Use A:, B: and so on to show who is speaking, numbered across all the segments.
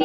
A: ด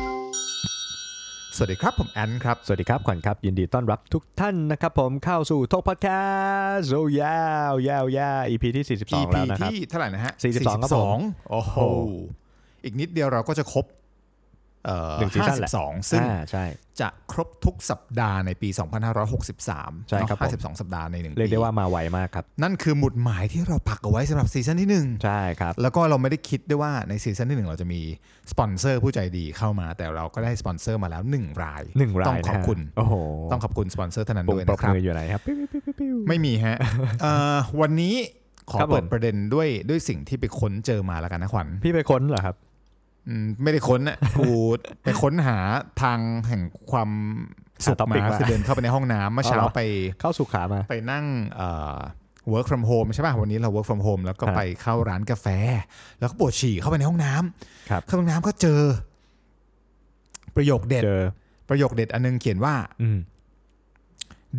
B: สวัสดีครับ ผมแอนครับ
C: สวัสดีครับขวัญครับ ยินดีต้อนรับทุกท่านนะครับผมเข้าสู่ทกพอดแคสต์โอ้ยาวยาวยาว EP ที่ 42
D: EP
C: แล้วนะครับ
D: ที่เท่าไหร่นะฮะ
C: 42ครับผม
D: 42โอ้โห
C: โอ้โห
D: อีกนิดเดียวเราก็จะครบเอ่อ
C: หนึ่งซีซั่นแหละ
D: 52 ซึ่ง
C: อ่าใช่
D: จะครบทุกสัปดาห์ในปี 2563
C: ใช่ครับผม
D: เนาะ52 สัปดาห์ในหนึ่ง
C: เรียก
D: ปี
C: ได้ว่ามาไวมากครับ
D: นั่นคือหมุดหมายที่เราปักเอาไว้สำหรับซีซั่นที่หนึ่ง
C: ใช่ครับ
D: แล้วก็เราไม่ได้คิดด้วยว่าในซีซั่นที่หนึ่งเราจะมีสปอนเซอร์ผู้ใจดีเข้ามา แต่เราก็ได้สปอนเซอร์มาแล้วหนึ่งราย
C: หนึ่งราย
D: ต้องขอบ
C: นะฮะ
D: คุณ
C: โอ้โห
D: ต้องขอบคุณสปอนเซอร์ท่านนั้น
C: ปุ่ม
D: ด้วย
C: ปรบ
D: นะครับ
C: มืออยู่ไหนครับปิ๊วปิ๊วปิ๊วปิ๊ว
D: ไม่มี ฮะ เอ่อวันนี้ขอ
C: ครับผม
D: เปิดประเด็นด้วยด้วยสิ่งที่ไปค้นเจอมาแล้วกันนะขวัญ
C: พี่ไปค้นเหรอครับ
D: อืมไม่ได้ค้น อ่ะ กูไปค้นหาทางแห่งความสุข
C: หา topic
D: มา
C: มา
D: คือเดินเข้าไปในห้องน้ำเมื่อเช้า
C: เอาเหรอ
D: ไป
C: เข้าสุขามา
D: ไปนั่งเอ่อ work from home ใช่ป่ะวันนี้เรา work from home แล้วก็
C: ฮะ
D: ไปเข้าร้านกาแฟ แล้วก็ปวดฉี่เข้าไปในห้องน้ำ
C: ครับ
D: เข้าห้องน้ำก็เจอ ประโยคเด็ด
C: เจอ
D: ประโยคเด็ดอันนึงเขียนว่า
C: อืม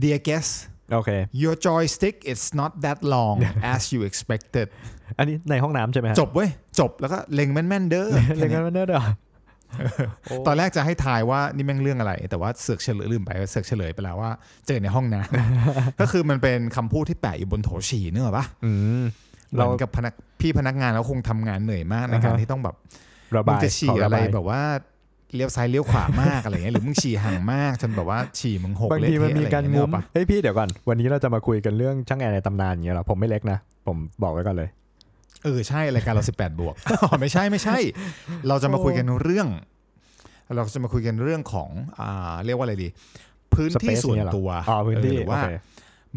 D: dear guest
C: โอเค
D: your joystick is not that long as you expected
C: อันนี้ในห้องน้ำใช่ไหมฮะ
D: จบเว้ย จบแล้วก็เล็งแม่น ๆ เด้อ
C: เรียกกันว่าเนิร์ดเหรอ
D: ตอนแรกจะให้ทายว่านี่แม่งเรื่องอะไร แต่ว่าเสือกเฉลยลืมไปเสือกเฉลยไปแล้วว่า เจอในห้องน้ ำ ก็คือมันเป็นคำพูดที่แปะอยู่บนโถฉี่เนกอะปะ
C: อืม
D: เห
C: เรา
D: มือนกับพนักพี่พนักงานแล้วคงทำงานเหนื่อยมากในการที่ต้องแบบ
C: ระ
D: มึ
C: บาง ย
D: จะฉี่
C: ขง
D: อะไร
C: บาย
D: แบบว่าเลี้ยวซ้ายเลี้ยวขวามากอะไรเงี้ยหรือมึงฉี่ห่างมากจนแบบว่าฉี่มึงหก
C: บาง
D: เละ
C: ที
D: เทะ
C: มัน
D: อะไร
C: มีการ
D: เงี้ยเน
C: งุ้
D: ก
C: ม
D: อะปะ
C: เฮ้ยพี่เดี๋ยวก่อน วันนี้เราจะมาคุยกันเรื่องช่างแอร์ในตำนานอย่างเงี้ยเหรอผมไม่เล็กนะ ผมบอกไว้ก่อนเลย
D: เออใช่รายการเรา 18 บวก ไม่ใช่ไม่ใช่ เราจะมาคุยกันเรื่อง เราจะมาคุยกันเรื่องของอ่าเรียกว่าอะไรดี พื้นที่
C: Space
D: ส่วน
C: เยเหรอ
D: ตัว
C: อ๋อพื้นที่
D: เออหรือว่า
C: โอเค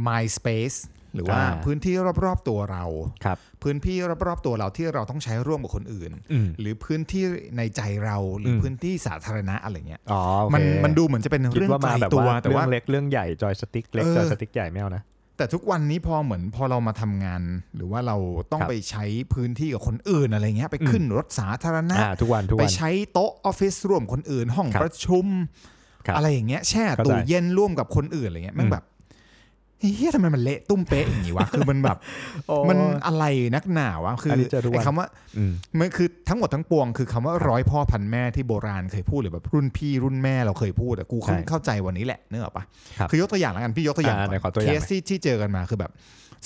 D: my space หรือว่า
C: อ่า
D: พื้นที่รอบๆตัวเรา
C: ครับ
D: พื้นที่รอบๆตัวเราที่เราต้องใช้ร่วมกับคนอื่น
C: อืม
D: หรือพื้นที่ในใจเราหรืออ
C: ม
D: พื้นที่สาธารณะอะไรเงี้ย
C: อ๋อโอเค
D: มันมันดูเหมือนจะเป็น
C: คิด
D: เรื่อง
C: ว่า
D: ไกล
C: มาแบบ
D: ตัว
C: ว่า
D: แต่
C: เรื่อ
D: ว่า
C: งเล็กเรื่องใหญ่จอยสติ๊กเล็ก
D: เออ
C: จอยสติ๊กใหญ่ไม่เอานะ
D: แต่ทุกวันนี้พอเหมือนพอเรามาทำงาน หรือว่าเราต้อง
C: ครับ
D: ไปใช้พื้นที่กับคนอื่นอะไรเงี้ยไปขึ้นรถสาธารณะ
C: อ่าทุกวันทุก
D: ไป
C: วัน
D: ใช้โต๊ะออฟฟิศร่วมคนอื่น ห้อง
C: ครับ
D: ประชุม
C: ครับ
D: อะไรอย่างเงี้ยแช่
C: เข้าใจ
D: ตู้เย็นร่วมกับคนอื่นอะไรเงี้ยแม่
C: อื
D: ง
C: ม
D: แบบเฮียทำไมมันเละตุ้มเป๊ะอย่างงี้วะ คือมันแบบ
C: โอ้
D: มันอะไรนักหนาวะคืออน
C: นี้เจอทุกวัน
D: ไอ้คำว่า
C: อืม
D: มันคือทั้งหมดทั้งปวงคือคำว่าร้อยพ่อพันแม่ที่โบราณเคยพูดหรือแบบรุ่นพี่รุ่นแม่เราเคยพูดอะกูเพิ่ง
C: ใช่
D: เข้าใจวันนี้แหละเนกอะปะ
C: ครับ
D: คือยกตัวอย่างแล้วกันพี่ยกตัวอย่าง
C: อ่าไหนขอตัวอ
D: เค
C: ย่างหน่อย
D: สที่ที่เจอกันมาคือแบบ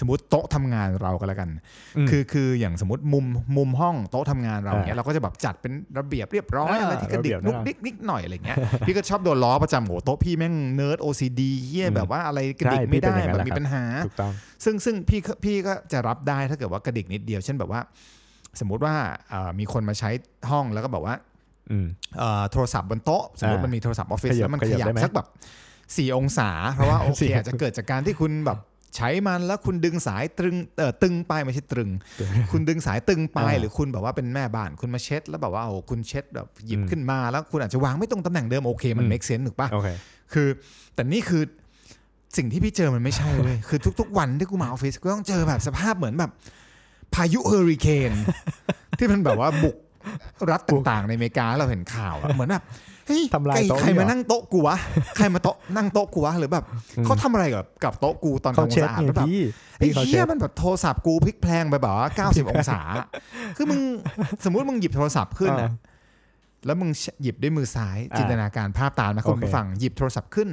D: สมมติโต๊ะทำงานเราก็แล้วกัน
C: ม
D: คือคืออย่างสมมติมุมมุมห้องโต๊ะทำงานเรา
C: อ่า
D: เนี้ยเราก็จะแบบจัดเป็นระเบียบเรียบร้อย
C: อ่า
D: อะไรที่กระดิก
C: ระเบียบ
D: นุก
C: น่ารัก
D: นิกนิกหน่อยอะไรเงี้ย พี่ก็ชอบโดนล้อประจำโหโต๊ะพี่แม่งเนิร์ดโอซีดีเยี่ย
C: อืม
D: แบบว่าอะไรกระดิก
C: ใช่พี่
D: ไม่
C: เป็น
D: ได้
C: อย่างนั้น
D: แบบ
C: แหละ
D: มี
C: ครับ
D: ปัญหา
C: ถูกต้อง
D: ซึ่งซึ่งพี่ก็พี่ก็จะรับได้ถ้าเกิดว่ากระดิกนิดเดียว เช่นแบบว่า สมมติว่าเอ่อมีคนมาใช้ห้องแล้วก็บอกว่า
C: อืม
D: เอ่อโทรศัพท์บนโต๊ะสมมติ
C: อ่ามั
D: มันมีโทรศัพท์ออฟฟิศ
C: ขยับ
D: แล้วมันข
C: ขยั
D: ยับบ
C: ได้ไหม
D: สักแบบสี่องศา เพ ราะว่าโอเคอาจจะเกิดจากการที่คุณแบบใช้มันแล้วคุณดึงสายตรึงเอ่อตึงไปไม่ใช่ตรึ ง คุณดึงสายตึงไป
C: อ่า
D: หรือคุณแบบว่าเป็นแม่บ้านคุณมาเช็ด แล้วแบบว่าเอาคุณเช็ดแบบหยิบ
C: อืม
D: ขึ้นมาแล้วคุณอาจจะวางไม่ตรงตำแหน่งเดิมโอเคมัน
C: อืม
D: เมคเซนส์ถูกปะ
C: โอเค
D: คือ แต่นี่คือสิ่งที่พี่เจอมันไม่ใช่ เลย คือทุก ๆ วันที่กูมาออฟฟิศกูต้องเจอแบบสภาพเหมือนแบบ พายุเฮอริเคน ที่มันแบบว่าบุกรัฐต่างๆ ในอเมริกาเราเห็นข่าวอะเหมือนแบบเฮ้ย
C: ทำลาย
D: ใคร
C: โต๊ะ
D: ใคร
C: เนี่ย
D: มานั่งโต๊ะกูวะใครมาโต๊ะนั่งโต๊ะกูวะหรือแบบ
C: อืม
D: เขาทำอะไรกับกับโต๊ะกูตอน
C: เขา
D: ทำความ
C: เช็ด
D: สะอาด
C: ไง
D: แล้วแบบ
C: พี่
D: ไอ้
C: พี่เขา
D: เหี้
C: เช็
D: ย
C: ด
D: มันแบบโทรศัพท์กูพลิกแพลงไปแบบว่า 90 องศา คือมึงสมมุติมึงหยิบโทรศัพท์ขึ้นน่ะ
C: อ่า
D: แล้วมึงหยิบด้วยมือซ้าย
C: อ่า
D: จินตนาการภาพตามนะคุ
C: โอ
D: ณ
C: เค
D: ผู้ฟังหยิบโทรศัพท์ขึ้น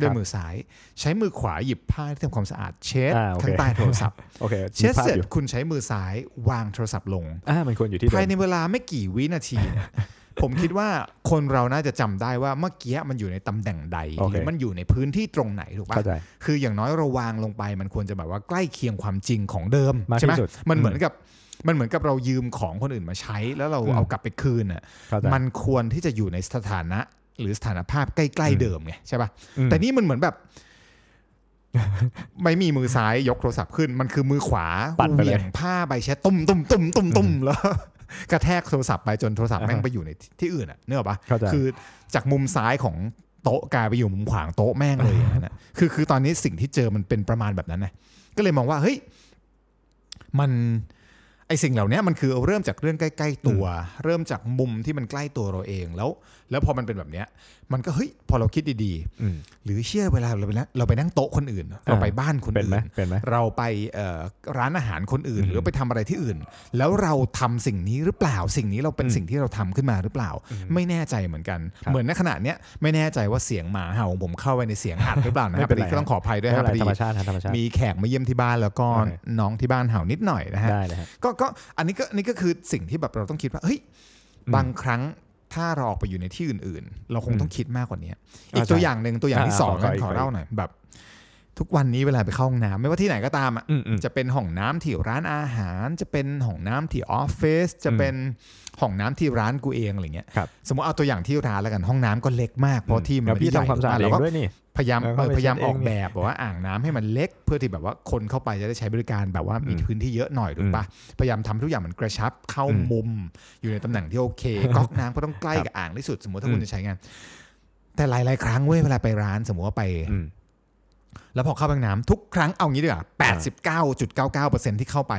D: ด้วย
C: ครับ
D: มือซ้าย ใช้มือขวาหยิบผ้าที่ทำความสะอาดเช็ด
C: อ่าโอเค
D: ข้างใต้โทรศัพท์
C: โอเค
D: เช็ด
C: มีภาพ
D: เสร็จ
C: อยู่
D: คุณใช้มือซ้ายวางโทรศัพท์ลง
C: อ่ามันควรอยู่ที่เดิ
D: ภาย
C: ม
D: ในเวลาไม่กี่วินา ทีเนี่ย ผมคิดว่าคนเราน่าจะจำได้ว่าเมื่อกี้มันอยู่ในตำแหน่งใดหรือมันอยู่ในพื้นที่ตรงไหนถูกปะ
C: เข้าใจ
D: คืออย่างน้อยเราวางลงไปมันควรจะแบบว่าใกล้เคียงความจริงของเดิม
C: มาก
D: ใช่ไหม
C: ที่สุด
D: มันเหมือนกับมันเหมือนกับเรายืมของคนอื่นมาใช้ แล้วเรา
C: อืม
D: เอากลับไปคืนอ่ะ
C: เข้าใจ
D: มันควรที่จะอยู่ในสถานะ หรือสถานภาพใกล้
C: อื
D: ๆ
C: ม
D: เดิมไงใช่ปะ
C: อืม
D: แต่นี่มันเหมือนแบบ ไม่มีมือซ้ายยกโทรศัพท์ขึ้น มันคือมือขวา
C: ปัดไปเลย
D: เหวี่ยงผ้าใบเช็ดตุ่มตุ่มตุ่มตุ่มตุ่มแล้ว กระแทกโทรศัพท์ไปจนโทรศัพท์
C: อ่าฮะ
D: แม่งไปอยู่ในที่อื่นอ่ะเนกอะปะ
C: เข้าใจ
D: คือจากมุมซ้ายของโต๊ะกลายไปอยู่มุมขวางโต๊ะแม่งเลยอย่างนั้นนะ คือคือตอนนี้สิ่งที่เจอมันเป็นประมาณแบบนั้นนะก็เลยมองว่าเฮ้ย มันไอสิ่งเหล่าเนี้ยมันคือเริ่มจากเรื่องใกล้ ๆ ตัว เริ่มจากมุมที่มันใกล้ตัวเราเองแล้ว แล้วพอมันเป็นแบบเนี้ย มันก็เฮ้ยพอเราคิดดี
C: อืม
D: ๆ หรือเชื่อเวลาเราไปนั่งเราไปนั่งโต๊ะคนอื่น เราไปบ้านคน
C: เป็น
D: อื่
C: ไหม
D: น
C: เป็นไหม
D: เราไปเอ่อร้านอาหารคนอื่น
C: อืม
D: หรือไปทำอะไรที่อื่น แล้วเราทำสิ่งนี้หรือเปล่าสิ่งนี้เราเป็น
C: อืม
D: สิ่งที่เราทำขึ้นมาหรือเปล่า ไม่แน่ใจเหมือนกัน
C: ครับ
D: เหมือนในขณะเนี้ยไม่แน่ใจว่าเสียงหมาเห่าของผมเข้าไปในเสียงอัดหรือเปล่านะ
C: ไม่
D: ครับ
C: เป็
D: พ
C: นไร
D: อดีก็ต้องขออภัยด้
C: ไม่
D: วยค
C: เป็
D: รั
C: น
D: บ
C: ไร
D: พอดี
C: ธรรมชาติฮะธรรมชาติ
D: มีแขกมาเยี่ยมที่บ้านแล้วก็
C: โอเค
D: น้องที่บ้านเห่านิดหน่อยนะฮะ
C: ได้เลยฮะ
D: ก็ก็อันนี้ก็อันนี้ก็คือสิ่งที่แบบเราต้องคิดว่าเฮ้ย
C: อืม
D: บางครั้งถ้าเราออกไปอยู่ในที่อื่น ๆ เราคงต้องคิดมากกว่านี้อี
C: อ่าก ใช่
D: ตัวอย่างหนึ่งตัวอย่างที่
C: อ่า
D: สอง
C: ขอขออีก
D: ข
C: ข
D: อ
C: ออีก
D: เล่าหน่อยแบบ ทุกวันนี้เวลาไปเข้าห้องน้ำไม่ว่าที่ไหนก็ตามอะ
C: อืมอืม
D: จะเป็นห้องน้ำที่ร้านอาหาร จะเป็นห้องน้ำที่ออฟฟิศจะเป็นห้องน้ำที่ร้านกูเองอะไรเงี้ย
C: ครับ
D: สมมติเอาตัวอย่างที่ร้านแล้วกันห้องน้ำก็เล็กมากเพราะที่มัน
C: แล้ว
D: ไม่
C: พี่
D: ได้ใหญ่
C: ทำความสะอาดเอ
D: แล้
C: ง
D: วก็
C: ด้วยนี่
D: พยายาม
C: แล้วก็
D: เออพยายาม
C: ไปเช็ดเอง
D: ออกแบบบอกว่าอ่างน้ำให้มันเล็ก เพื่อที่แบบว่าคนเข้าไปจะได้ใช้บริการแบบว่ามีพื้นที่เยอะหน่อยถูกปะพยายามทำให้ทุกอย่างมันกระชับเข้ามุม อยู่ในตำแหน่งที่โอเคก๊อกน้ำก็ต้องใกล้กับอ่างที่สุดสมมติถ้าคุณจะใช้งาน แต่หลาย ๆ ครั้งเว้ยเวลาไปร้านสมมติว่าไป
C: อืม
D: แล้วพอเข้าไปห้องน้ำทุกครั้งเอางี้ดีกว่าแปดสิบเก้าจุดเก้าเก้าเปอร์เซ็นที่เข้าไป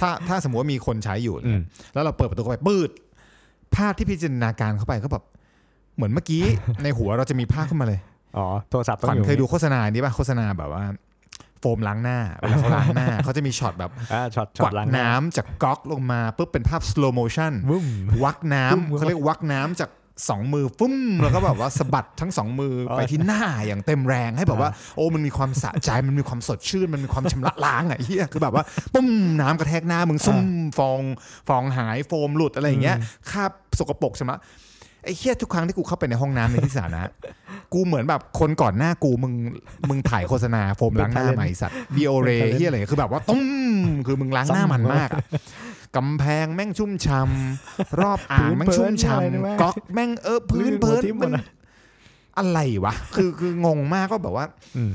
D: ถ้าถ้าสมมติว่ามีคนใช้อยู่
C: อื
D: เนี่ย
C: ม
D: แล้วเราเปิดประตูเข้าไปปืดภาพที่พิจารณาการเข้าไปก็แบบเหมือนเมื่อกี้ ในหัวเราจะมีภาพขึ้นมาเลย
C: อ๋อโทรศัพท์ต้อ
D: ฝั
C: ง
D: น
C: อยู่
D: เคยดูโฆษณาอันนี้ป่ะโฆษณาแบบว่าโฟมล้างหน้าเวลาเขาล้างหน้า เขาจะมีช็อตแบบ
C: อ่าช็อต
D: ก
C: ช็อ
D: วั
C: ต
D: ก
C: ล้าง
D: น้ำจากก๊อกลงมาปุ๊บเป็นภาพสโลโมชั่น
C: วุ้ม
D: วักน้ำ
C: ฟึ่ม
D: เขาเรียกวักน้ำจากสองมือฟุ้มแล้วก็แบบว่าสะบัดทั้งสองมือ
C: โอ้ย
D: ไปที่หน้าอย่างเต็มแรงให้แบบว่า โอ้มันมีความสะใจมันมีความสดชื่น มันมีความชำระล้างอ่ะเฮียคือแบบว่าปุ้มน้ำกระแทกหน้ามึงซุ่มฟองฟองหายโฟมหลุดอะไรอย่างเงี้ยคราบสกปรกชำระไอ้เฮียทุกครั้งที่กูเข้าไปในห้องน้ำในที่สาธารณะ กูเหมือนแบบคนก่อนหน้ากูมึงมึงถ่ายโฆษณาโฟมล้างหน้า
C: เป็น talent
D: ใหม่สัตว์ดีโอเรเฮียอะไรคือแบบว่าตุ้มคือมึงล้างหน้ามันมากอะ กำแพงแม่งชุ่มช ำ รอบอ่างแม่งชุ่มช
C: พื้นเปิ้ลอะไรเนี่ยแม่ง
D: ำก๊อกแม่งเออพื้น
C: พื้นหัว
D: เพิน
C: ทิ่มหม
D: มั
C: ด
D: น
C: นะ
D: อะไรวะ คือคืองงมากก็แบบว่า
C: อืม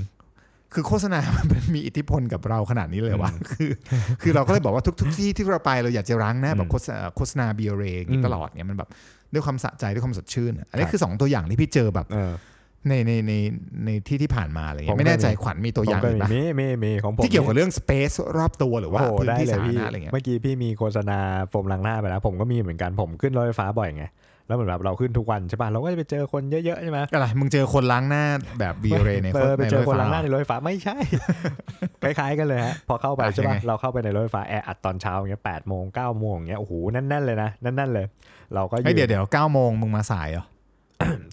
D: คือโฆษณา มันมีอิทธิพลกับเราขนาดนี้เลยวะคือคือเราก็เลยบอกว่าทุกทุกที่ที่เราไปเราอยากจะร้างหน้าแบบโฆษณาโฆษณาเบียร์เรย์อย่าง
C: อื
D: นี้
C: ม
D: ตลอดเนี่ยมันแบบด้วยความสะใจด้วยความสดชื่นอะอัน
C: ค
D: นี้
C: รับ
D: คือสองตัวอย่างที่พี่เจอแบบ
C: เออ
D: ในในในในที่ที่ผ่านมาอะไรเงี้
C: ผม
D: ย
C: ก็
D: ไม่แน่ใจ
C: มี
D: ขวัญมีตัวอย่าง
C: ผม
D: อีก
C: ก็
D: ปะ
C: มีมีมีมีของผม
D: ที่เกี่ยวกับเรื่อง space รอบตัวหรือว่า
C: โอ้โห
D: พื้น
C: ได้
D: ที่
C: เลย
D: สาธา
C: พี่
D: รณะอะไรเงี้ย
C: เมื่อกี้พี่มีโฆษณาโฟมล้างหน้าไปแล้ว ผมก็มีเหมือนกันผมขึ้นรถไฟฟ้าบ่อยไงแล้วเหมือนแบบเราขึ้นทุกวันใช่ป่ะเราก็จะไปเจอคนเยอะๆใช่ไหม
D: อะไรมึงเจอคนล้างหน้าแบบเบียร์เรย์ใน
C: เออไป
D: ใน
C: เจ
D: ร
C: อ
D: ถไฟ
C: คน
D: ฟ้า
C: ล้างห
D: เหรอ
C: น้าในรถไฟฟ้าไม่ใช่ คล้ายๆกันเลยฮะพอเข้าไป
D: อ่ะ
C: ใช่ป่ะ
D: ยังไง
C: เราเข้าไปในรถไฟฟ้าแออัดตอนเช้าอย่างเงี้ยแปดโมงเก้าโมงอย่างเงี้ยโอ้โหแน่นๆเลยนะแน่นๆเลย เราก็อ
D: เฮ้ย
C: ยู่
D: เดี๋ยวเดี๋ยวเก้าโมงมึงมาสายเหรอ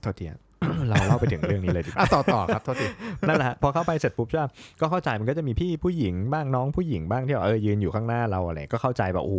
C: โทษทีฮะ เราเล่าไปถึงเรื่องนี้เลยดีกว่า
D: อ่ะต่อต่อครับโทษที
C: นั่นแหละฮะพอเข้าไปเสร็จปุ๊บใช่ปะก็เข้าใจมันก็จะมีพี่ผู้หญิงบ้างน้องผู้หญิงบ้างที่แบบเออยืนอยู่ข้างหน้าเราอะไรก็เข้าใจแบบโอ้โห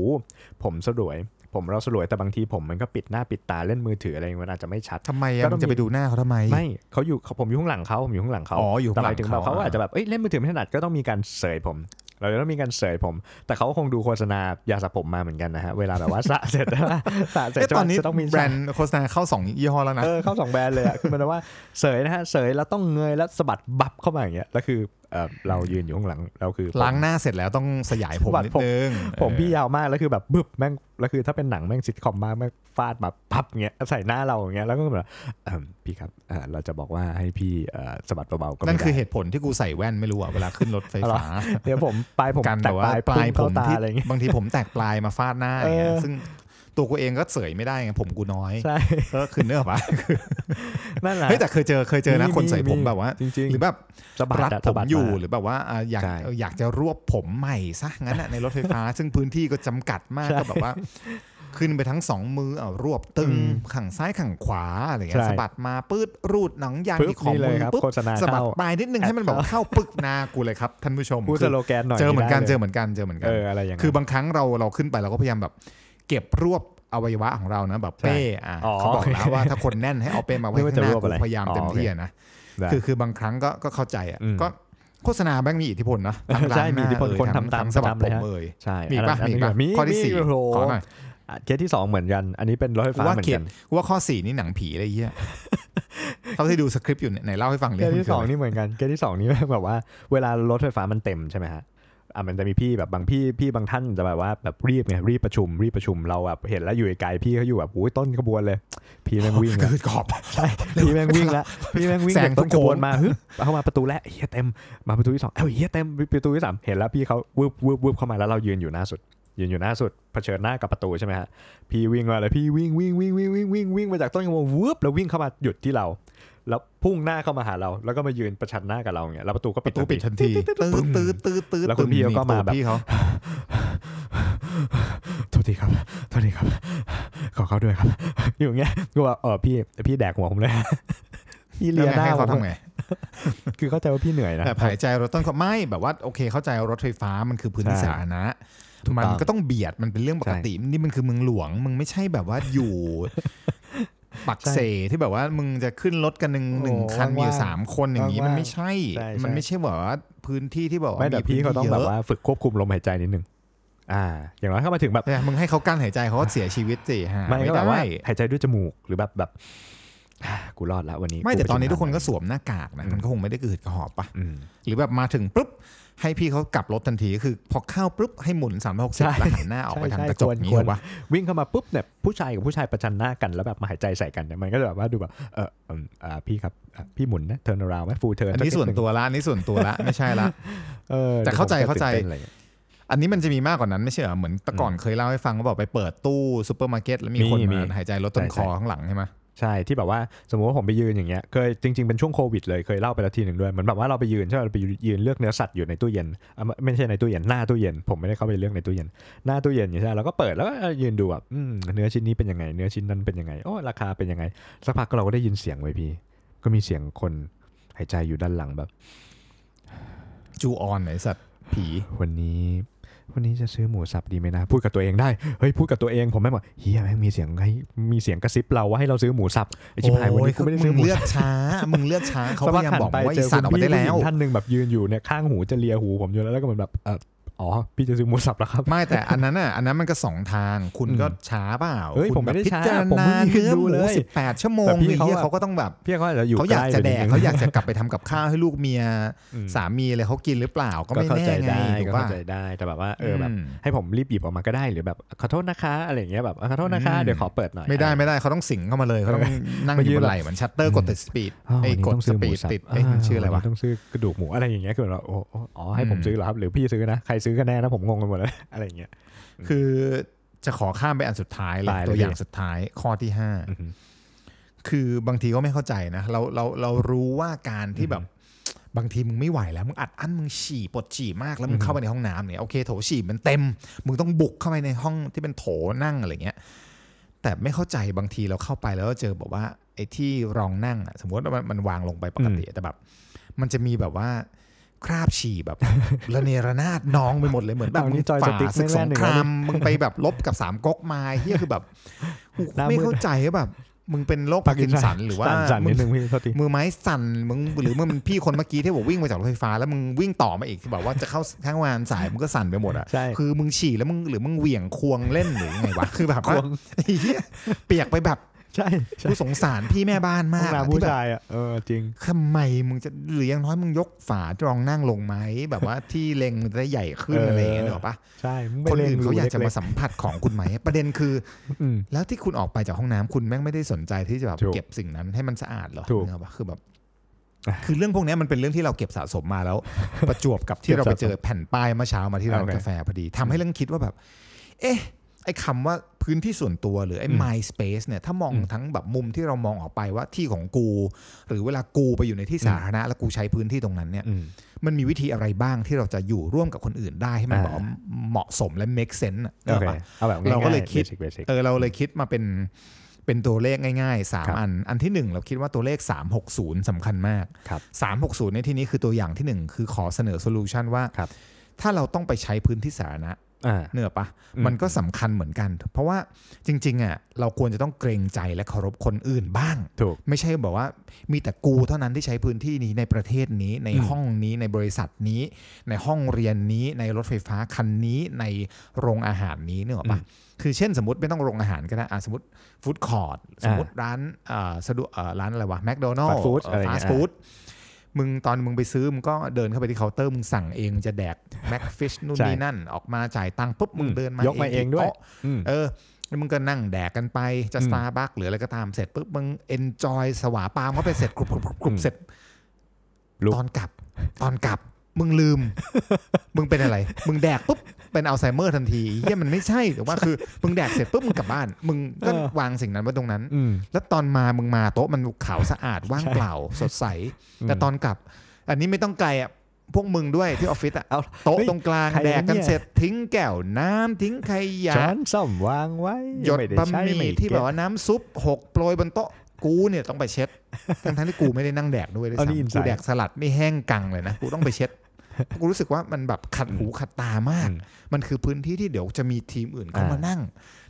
C: ผมสลวย ผมเราสลวยแต่บางทีผมมันก็ปิดหน้าปิดตาเล่นมือถืออะไรมันอาจจะไม่ชัด
D: ทำไม
C: ก็
D: อ่ะ
C: ต้
D: มึ
C: อง
D: ง
C: มี
D: จะไปดูหน้าเขาทำไม
C: ไม่เขาอยู่เขาผมอยู่ข้างหลังเขาผมอยู่ข้างหลังเขา
D: อ๋ออยู่
C: แต่
D: ข้าง
C: หมาย
D: หลัง
C: ถึงแบบเขา
D: เขาอ่ะ
C: อาจจะแบบเอ้ยเล่นมือถือไม่ถนัดก็ต้องมีการเสยผม เราจะต้องมีการเสยผม แต่เขาก็คงดูโฆษณายาสระผมมาเหมือนกันนะฮะเวลาแบบ ว่าสระเสร็จแล้วสระเสร็จ
D: เอ๊ะ
C: ใช่
D: ต
C: ปะ
D: อนนี้
C: จะต้องมี
D: แบรนด์โฆษณาเข้าสองยี่ห้อแล้วนะ
C: เออเข้าสองแบรนด์เลยอะคือมันว่าเสยนะฮะเสยแล้วต้องเงยแล้วสะบัดบับเข้ามาอย่างเงี้ยแล้วคือเออเรายืนอยู่ข้างหลังเราคือผม
D: ล้างหน้าเสร็จแล้วต้องสยายผม
C: บัด
D: นิด
C: ผม
D: นึง
C: ผม
D: เออย
C: พี่าวมากแล้วคือแบบบึบแม่งแล้วคือถ้าเป็นหนังแม่งซิทคอมมากแม่งฟาดแบบพับเงี้ยใส่หน้าเราอย่างเงี้ยแล้วก็แบบเอิ่มพี่ครับเอ่อเราจะบอกว่าให้พี่เอ่อสะบัดเบาๆก็ไม่
D: นั่น
C: ได้
D: คือเหตุผลที่กูใส่แว่นไม่รู้อ่ะเวลาขึ้นรถไฟฟ้า
C: เดี๋ยวผมปลายผม
D: กัน
C: แต
D: แต่
C: ก
D: ว่า
C: ปลาย
D: ปลายผ
C: เข้าม ตา
D: ที่
C: อะไรเงี้ย
D: บางทีผมแตกปลายมาฟาดหน้าอย่างเงี้ย
C: เออ
D: ซึ่งตัวกูเองก็เสยไม่ได้ไงผมกูน้อย
C: ใช่
D: ก็คือเนื้อปะ
C: นั่นแหละ
D: เฮ้ยแต่เคยเจอเคยเจอนะ
C: มี
D: คนใส่ผม
C: มี
D: แบบว่า
C: จริง
D: หรือแบบ
C: ๆสะบัด
D: รัด
C: อะ
D: ผ
C: สะ
D: ม
C: บัด
D: อยู่
C: มา
D: หรือแบบว่าอ่าอยาก
C: ใช่
D: เอ่ออยากจะรวบผมใหม่ซะงั้นน่ะในรถไฟฟ้า ซึ่งพื้นที่ก็จำกัดมาก
C: ใช่
D: ก็แบบว่า ขึ้นไปทั้งสองมือเอารวบตึง
C: อืม
D: ขังซ้ายขังขวาอะไร
C: ใช่
D: เงี้ยสะบัดมาปืดรูดหนังยาง
C: ปึ๊บ
D: ที่ของ
C: นี่เล
D: มื
C: ย
D: อ
C: ครับ
D: ปุ๊บ
C: โฆษณา
D: สะบัด
C: เข้า
D: ปลายนิดนึงให้มันแบบเข้าปึกหน้ากูเลยครับท่านผู้ชม
C: พูดสโลแกนหน่อย
D: เจอเหมือนกัน
C: ได้ลย
D: เจอเหมือนกันเจอเหมือนกั
C: เอน ออะไรอย่างเงี้ย
D: คือบางครั้งเราเราขึ้นไปเราก็พยายามแบบ เก็บรวบอวัยวะของเรานะแบบ
C: ใช่
D: เป้อ่ะ
C: อ๋อ
D: เขาบอกแล้วว่าถ้าคนแน่นให้เอาเป้มาไว้
C: ไม่ว่า
D: ข้าง
C: จะ
D: หน้าร
C: วบ
D: กู
C: อะไร
D: พยายามเต็ม
C: อ๋อโอเค
D: ที่อะนะ
C: ได้
D: คือคือบางครั้งก็ก็เข้าใจอ่ะ
C: อืม
D: ก็โฆษณาแบงมีอิทธิพลนะทางร้า
C: ใช่
D: น
C: มีอิทธิพล
D: หเย
C: คนทำตาม
D: สบัด
C: ทำ
D: ผ
C: เลยฮะ
D: มเอย
C: ใช่
D: มีอีกป่ะ
C: อัน
D: มี
C: นั้น
D: อีกป่ะ
C: มี
D: ข้อที่
C: มี
D: สี่
C: โอ้โห
D: ขอหน่อย
C: อ่ะเคสที่สองเหมือนกัน อันนี้เป็นรถไฟ
D: กู
C: ฟ้า
D: ว่า
C: เหมือ
D: เข
C: นกั
D: ต
C: น
D: กูว่าข้อสี่นี่หนังผีอะไร เงี้ยเท่าที่ดูสคริปต์อยู่เนี่ยไหนเล่าให้ฟัง
C: เคส
D: เรื่อง
C: ที่สองนี่เหมือนกันเคสที่สองนี่แบบว่า เวลารถไฟฟ้ามันเต็มใช่ไหมฮะ อ่ะมันจะมีพี่แบบบางพี่พี่บางท่านจะแบบว่าแบบรีบไงรีบประชุมรีบประชุมเราแบบเห็นแล้วอยู่ไกลๆพี่เขาอยู่แบบอุ้ยต้นขบวนเลย พี่แม่งวิ่งอะ
D: เกิดขอบ
C: ใช่พี่แม่งวิ่งละพี่แม่งวิ่ง
D: แสง
C: จากต้นข
D: โค้ง
C: บวนมาฮึบเข้ามาประตูแล้วเฮียเต็มมาประตูที่สองเอ้าเฮียเต็มประตูที่สามเห็นแล้วพี่เขาวืบวืบวืบเข้ามาแล้วเรายืนอยู่หน้าสุด ยืนอยู่หน้าสุดเผชิญหน้ากับประตูใช่ไหมฮะพี่วิ่งมาเลยพี่วิ่งวิ่งวิ่งวิ่งวิ่งวิ่งวิ่งมาจากต้นขบวนวืบแล้ววิ่งเข้ามาหยุดที่เรา แล้วพุ่งหน้าเข้ามาหาเรา แล้วก็มายืนประชันหน้ากับเราอย่างเงี้ยแล้วประตูก็
D: ป
C: ปิด
D: ระตู
C: ทัน
D: ปิด
C: ที
D: ทันทีตื้อตื้อตื้อตื้อ
C: แล้วคุณพี่เขาก็มาแบบ
D: พี่เขา
C: โทษทีครับโทษทีครับ ขอเข้าด้วยครับ อยู่อย่างเงี้ยก็ว่าเออพี่พี่แดกหัวผมเลย พี่
D: แล้
C: เลี
D: วย ไง
C: หน้า
D: ให้
C: ผ
D: เขา
C: ม
D: ทำไง
C: คือเข้าใจว่าพี่เหนื่อยนะ
D: แบบหายใจรถต้นขอบไม่แบบว่าโอเคเข้าใจรถไฟฟ้ามันคือพื้นที่
C: ใช่
D: สาธารณะ
C: ถูก
D: มัน
C: ต้อง
D: ก็ต้องเบียดมันเป็นเรื่องปกตินี่มันคือเมืองหลวงมึงไม่ใช่แบบว่าอยู่ ปักเสที่แบบว่ามึงจะขึ้นรถกันหนึ่ง
C: โอ้
D: หนึ่งคันมีอยู่
C: ว่างๆ
D: สามคนอย่างนี้
C: ว่างๆ
D: มันไม่ใช่
C: ใช่ใช่
D: มันไม่ใช่แบบว่าพื้นที่ที่แบบว่า
C: ไม่แต่พี่เขาต้องแบ
D: พื้นที่
C: บ
D: ยะ
C: ว่าฝึกควบคุมลมหายใจนิดนึงอ่า อย่างน้อยเข้ามาถึงแบบ
D: เนี่ยมึงให้เขากั้นหายใจเขาก็เสียชีวิตสิฮะ
C: ไม่ก็แบบว่า
D: ได้
C: หายใจด้วยจมูกหรือแบบแบบอ่ากูรอดละวันนี้
D: ไม่แต่
C: ไป
D: ตอนนี้ทุกคนก็
C: ำงา
D: สวมหน้ากากนะ
C: อืม
D: มันก็คงไม่ได้เกิดกระหอบปะ
C: อืม
D: หรือแบบมาถึงปุ๊บให้พี่เขากลับรถทันทีก็คือ พอเข้าปุ๊บให้หมุนสามหกสิบ
C: ใช่
D: แล้วหันหน้าออกไปทาง
C: ใช่
D: กระจก
C: ควร
D: นี้
C: ควร
D: ถูกปะ
C: วิ่งเข้ามาปุ๊บเนี่ยผู้ชายกับผู้ชายประชันหน้ากันแล้วแบบมาหายใจใส่กันเนี่ยมันก็จะแบบว่าดูแบบเออเอิ่มอ่าพี่ครับอ่ะพี่หมุนนะเทิร์นราวไหมฟูเทิร์น
D: อันนี้ส่วนตัวละอันนี้ส่วน ตัวละ ไม่ใช่ละ แต่เข้าใจเข้าใจ อันนี้มันจะมีมากกว่านั้นไม่ใช่เหรอเหมือนแต่ก่อนเคยเล่าให้ฟังว่าบอกไปเปิดตู้ซูเปอร์มาร์เก็ตแล้วมี
C: มี
D: คน
C: มี
D: มาหายใจลดต้น
C: ใช่
D: ค
C: ใช่
D: อข้างหลังใช่ไหม
C: ใช่ที่แบบว่าสมมติว่าผมไปยืนอย่างเงี้ยเคยจริงๆเป็นช่วงโควิดเลยเคยเล่าไปแล้วทีหนึ่งด้วยเหมือนแบบว่าเราไปยืนใช่ไหมเราไปยืนเลือกเนื้อสัตว์อยู่ในตู้เย็นอ่ะไม่ไม่ใช่ในตู้เย็นหน้าตู้เย็นผมไม่ได้เข้าไปเลือกในตู้เย็นหน้าตู้เย็นอย่างเงี้ยใช่ไหมเราก็เปิดแล้วก็ยืนดูแบบอืมเนื้อชิ้นนี้เป็นยังไง เนื้อชิ้นนั้นเป็นยังไงโอ้ราคาเป็นยังไงสักพักเราก็ได้ยินเสียงไว้ยพี่ ก็มีเสียงคนหายใจอยู่ด้านหลังแบบ
D: จูออนไหนสัตว์ผี
C: วันนี้ วันนี้จะซื้อหมูสับดีไหมนะ พูดกับตัวเองได้เฮ้ยพูดกับตัวเองผมไม่งบอกเฮียแม่งมีเสียงให้มีเสียงกระซิบเราว่าให้เราซื้อหมูสับไอชิบหายวันนี้กูไม่ได้ซื้อห
D: มึ
C: มู
D: ง
C: สับ
D: เลือกช้า มึงเลือก ช้าเขา
C: สั
D: พ
C: พั
D: ยายาม
C: หัน
D: บอก
C: ไป
D: ว่า
C: เจ
D: อีสัตว์ออกไป
C: คุณ
D: ได้
C: พี่
D: แล้ว
C: ผู้หญิงท่านหนึ่งแบบยืนอยู่เนี่ยข้างหูจะเลียหูผมอยู่แล้วแล้วก็เหมือนแบบเอออ๋อพี่จะซื้อหมูสับแล้วครับ
D: ไม่แต่อันนั้นอ่ะอันนั้นมันก็สองทางคุณ
C: อืม
D: ก็ช้าเปล่า
C: เฮ้ย
D: คุณ
C: ผมไม่ได้
D: แบบ
C: ช้า
D: พิจร
C: ผมไม่
D: ณา
C: ได้
D: เนื้อ
C: ดู
D: หมู
C: เลย
D: สิบแปดชั่วโมง
C: แต่พี่
D: นี่
C: เขาอะ
D: เขาก็ต้องแบบ
C: พี่เขาอาจจะอยู่
D: เขาอยาก
C: ใล้
D: จะ
C: ไป
D: แด
C: นิ
D: ก
C: นึง
D: เขาอยากจะกลับไปทำกับข้าวให้ลูกเมีย
C: อืม
D: สามีอะไรเขากินหรือเปล่าก็ไม่
C: เข้า
D: แน่
C: ใจ
D: ไง
C: ได้
D: ถู
C: ก็
D: ก
C: เข้า
D: ปะ
C: ใจได้แต่แบบว่าเอออแบบ
D: ม
C: ให้ผมรีบหยิบออกมาก็ได้หรือแบบขอโทษนะคะอะไรอย่างเงี้ยแบบขอโทษนะคะ
D: อืม
C: เดี๋ยวขอเปิดหน่อย
D: ไม่ได้ไม่ได้เขาต้องสิงเข้ามาเลยเขาต้องนั่งอ
C: มายื
D: ยู่
C: น
D: บน
C: แบบ
D: ไหล่เหมือนชัตเตอร์กด
C: อืม
D: ติดสปีด
C: อ้าว
D: ไอ้
C: วันนี้
D: กด
C: ต้อง
D: ส
C: ซื้อห
D: ปี
C: มู
D: ด
C: สับ
D: ติดไอ้ยมันชื่ออะไร
C: าน
D: วะ
C: นี้ต้องซื้อกระดูกหมูอะไรอย่างเงี้ยคือแบบว่าโอ้โอ้อ๋อให้ผม
D: อืม
C: ซื้อเหรอครับหรือพี่ซื้อนะใครซื้อกันแน่นะผมงงกันหมดแล้ว อะไรอย่างเงี้ย
D: คือจะขอข้ามไปอันสุดท้ายเลย
C: ตายเลย
D: ตัวอย่างสุดท้ายข้อที่
C: อือฮึ
D: 5 คือบางทีก็ไม่เข้าใจนะ เราเราเรารู้ว่าการที่แบบบางทีมึงไม่ไหวแล้วมึงอัดอั้นมึงฉี่ปวดฉี่มากแล้วมึง
C: อืม
D: เข้าไปในห้องน้ำเนี่ยโอเคโถฉี่มันเต็ม มึงต้องบุกเข้าไปในห้องที่เป็นโถนั่งอะไรเงี้ยแต่ไม่เข้าใจบางทีเราเข้าไปแล้วก็เจอแบบว่าไอ้ที่รองนั่งอะสมมติว่ามันมันวางลงไปปกติแต่แบบ มันจะมีแบบว่าคราบฉี่แบบ ระเนระนาดนองไปหมดเลยเหมือนแบบ
C: เอานี่
D: มึง
C: จอยส
D: ฝ่า
C: ติ๊ก
D: ศึก
C: ไม่
D: ส
C: แล่
D: ง
C: นหนึ่ง
D: ครามมึงไปแบบลบกับสามก๊กมาเฮียคือแบบกู
C: หน้ามืด
D: ไม่เข้าใจว่าแบบ มึงเป็นโรคพาร์กินสันหรือว่า
C: สั่นๆนิดนึงพี่โทษที
D: มือไม้สั่นมึงหรือมึงเป็นพี่คนเมื่อกี้ที่บอกวิ่งมาจากรถไฟฟ้าแล้วมึงวิ่งต่อมาอีกที่บอกว่าจะเข้าข้างวานสายมึงก็สั่นไปหมดอ่ะ
C: ใช่
D: คือมึงฉี่แล้วมึงหรือมึงเหวี่ยงควงเล่นหรือยังไงวะคือแบบว่า ไอ้เหี้ยเปียกไปแบบ
C: ใช่ใช่
D: กูสงสารพี่แม่บ้าน
C: ห้
D: มา
C: อง
D: กอะ
C: น้ำ
D: ที่
C: ผู้
D: แบบ
C: ชายอ่ะเออจริง
D: ทำไมมึงจะหรืออยังน้อยมึงยกฝารองนั่งลงไหมแบบว่า ที่เล็งมันจะได้ใหญ่ขึ้น
C: เอออ
D: อะไรอย่างเงี้ยหรอกปะ
C: ใช่มึง
D: ค
C: ไม่
D: นอื่น
C: ล่
D: เขาอยากจะ
C: ล็
D: มาสัมผัสของคุณไหม ประเด็นคือ
C: ๆอืม
D: แล้วที่คุณออกไปจากห้องน้ำคุณแม่งไม่ได้สนใจที่จะแบบ
C: ถูก
D: เก็บสิ่งนั้นให้มันสะอาดเหรอ
C: ถูก
D: เนกออกปะคือแบบ
C: อ่ะ
D: คือเรื่องพวกเนี้ยมันเป็นเรื่องที่เราเก็บสะสมมาแล้ว ประจวบกับที่
C: เก็บ
D: เราไป
C: สะสม
D: เจอแผ่นป้ายเมื่อเช้ามาที่ร้าน
C: โอเค
D: กาแฟพอดีทำให้เรื่องคิดว่าแบบ เอ๊ะ ไอ้คำว่าพื้นที่ส่วนตัวหรือไอ้
C: อืม
D: my space เนี่ยถ้ามอง
C: อืม
D: ทั้งแบบมุมที่เรามองออกไปว่าที่ของกู หรือเวลากูไปอยู่ในที่สาธารณะแล้วกูใช้พื้นที่ตรงนั้นเนี่ย
C: อืม
D: มันมีวิธีอะไรบ้างที่เราจะอยู่ร่วมกับคนอื่นได้ให้มัน
C: อ่า
D: แบบว่าเหมาะสมและ make sense อะนึก
C: โอ
D: ออก
C: เค
D: ปะ
C: เอาแบบ
D: เราก็เลยคิด
C: เบสิก
D: เออเราเลยคิดมาเป็นเป็นตัวเลขง่ายๆ
C: ครับ
D: 3 อัน อันที่ 1 เราคิดว่าตัวเลข 360สำคัญมาก
C: ครับ
D: 360 ในที่นี้คือตัวอย่างที่ 1 คือขอเสนอโซลูชันว่า
C: ครับ
D: ถ้าเราต้องไปใช้พื้นที่สาธารณะ
C: อ่า
D: เนื้อปะ
C: อืม
D: มันก็สำคัญเหมือนกัน เพราะว่าจริงๆอ่ะเราควรจะต้องเกรงใจและเคารพคนอื่นบ้าง
C: ถูก
D: ไม่ใช่แบบว่ามีแต่กูเท่านั้นที่ใช้พื้นที่นี้ในประเทศนี้ใน
C: อืม
D: ห้องนี้ในบริษัทนี้ ในห้องเรียนนี้ในรถไฟฟ้าคันนี้ในโรงอาหารนี้เนกอะปะคือเช่นสมมติไม่ต้องโรงอาหารก็ได้อ่ะสมมติฟู้ดคอร์ดสมมติร้านเอ่อสะดวกเอ่อร้านอะไรวะแมคโดนัล
C: Fast
D: ล์
C: food อะไรเงี้ย
D: ฟาสต์ฟู้ด มึงตอนมึงไปซื้อมึงก็เดินเข้าไปที่เคาน์เตอร์มึงสั่งเองมึงจะแดกแม็กฟิชนู่น
C: ใช่
D: นี่นั่น ออกมาจ่ายตังค์ปุ๊บมึง
C: อืม
D: เดินมาย
C: กมาเองด้วย
D: ที่โต๊ะ
C: อืม
D: เออแล้วมึงก็นั่งแดกกันไปจะ
C: อืม
D: สตาร์บัคหรืออะไรก็ตามเสร็จปุ๊บมึงเอนจอยสวาปามเข้าไปเสร็จกรุบกรุบกรุบกรุบ
C: อืม
D: เสร็จ
C: ลุก
D: ตอนกลับ ตอนกลับ มึงลืม มึงเป็นอะไร มึงแดกปุ๊บเป็นอัลไซเมอร์ทันทีเฮียมันไม่ใช่แต่ว่าคือมึงแดกเสร็จปุ๊บมึงกลับบ้าน มึงก็วางสิ่งนั้นไว้ตรงนั้น
C: อืม
D: แล้วตอนมามึงมาโต๊ะมันขาวสะอาดว่างเปล่าสดใส
C: อืม
D: แต่ตอนกลับ อันนี้ไม่ต้องไกลอ่ะพวกมึงด้วยที่ออฟฟิศอ่ะ
C: เอา
D: โต๊ะ
C: เฮ้ย
D: ตรงกลาง
C: ใคร
D: แดกกัน
C: เนี่ย
D: เสร็จทิ้งแก้วน้ำทิ้งขยะ
C: ช้อนส้อมวางไว้
D: หยด
C: ไม่
D: บะ
C: ไใช้
D: หมี่
C: ไ
D: ที่แบบ
C: เก็
D: ว่าน้ำซุปหกโปรยบนโต๊ะกูเนี่ยต้องไปเช็ดทั้งๆที่กูไม่ได้นั่งแดกด้วยด้วย
C: เอานี่อิน
D: ซ้ำ
C: ไซด์
D: กูแดกสลัดไม่แห้งกังเลยนะกูต้องไปเช็ดกูรู้สึกว่ามันแบบขัดหูขัดตามาก
C: อืม
D: มันคือพื้นที่ที่เดี๋ยวจะมีทีมอื่นเข้ามา
C: อ่านั่
D: นั่ง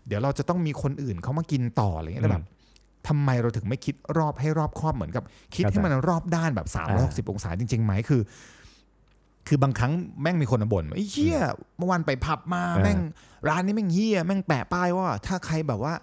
D: เดี๋ยวเราจะต้องมีคนอื่นเข้ามากินต่ออะไรเงี้
C: อืม
D: ยแล้วแบบทำไมเราถึงไม่คิดรอบให้รอบครอบเหมือนกับ คิด
C: เข้าใจ
D: ให้มันรอบด้านแบบ
C: อ่า
D: 360องศาจริงๆไหมคือ คือบางครั้งแม่งมีคนมาบ่นไอ้เหี้ยเมื่อวานไปผับมา
C: เออ
D: แม่ง ร้านนี้แม่งเหี้ยแม่งแปะป้ายว่า ถ้าใครแบบว่า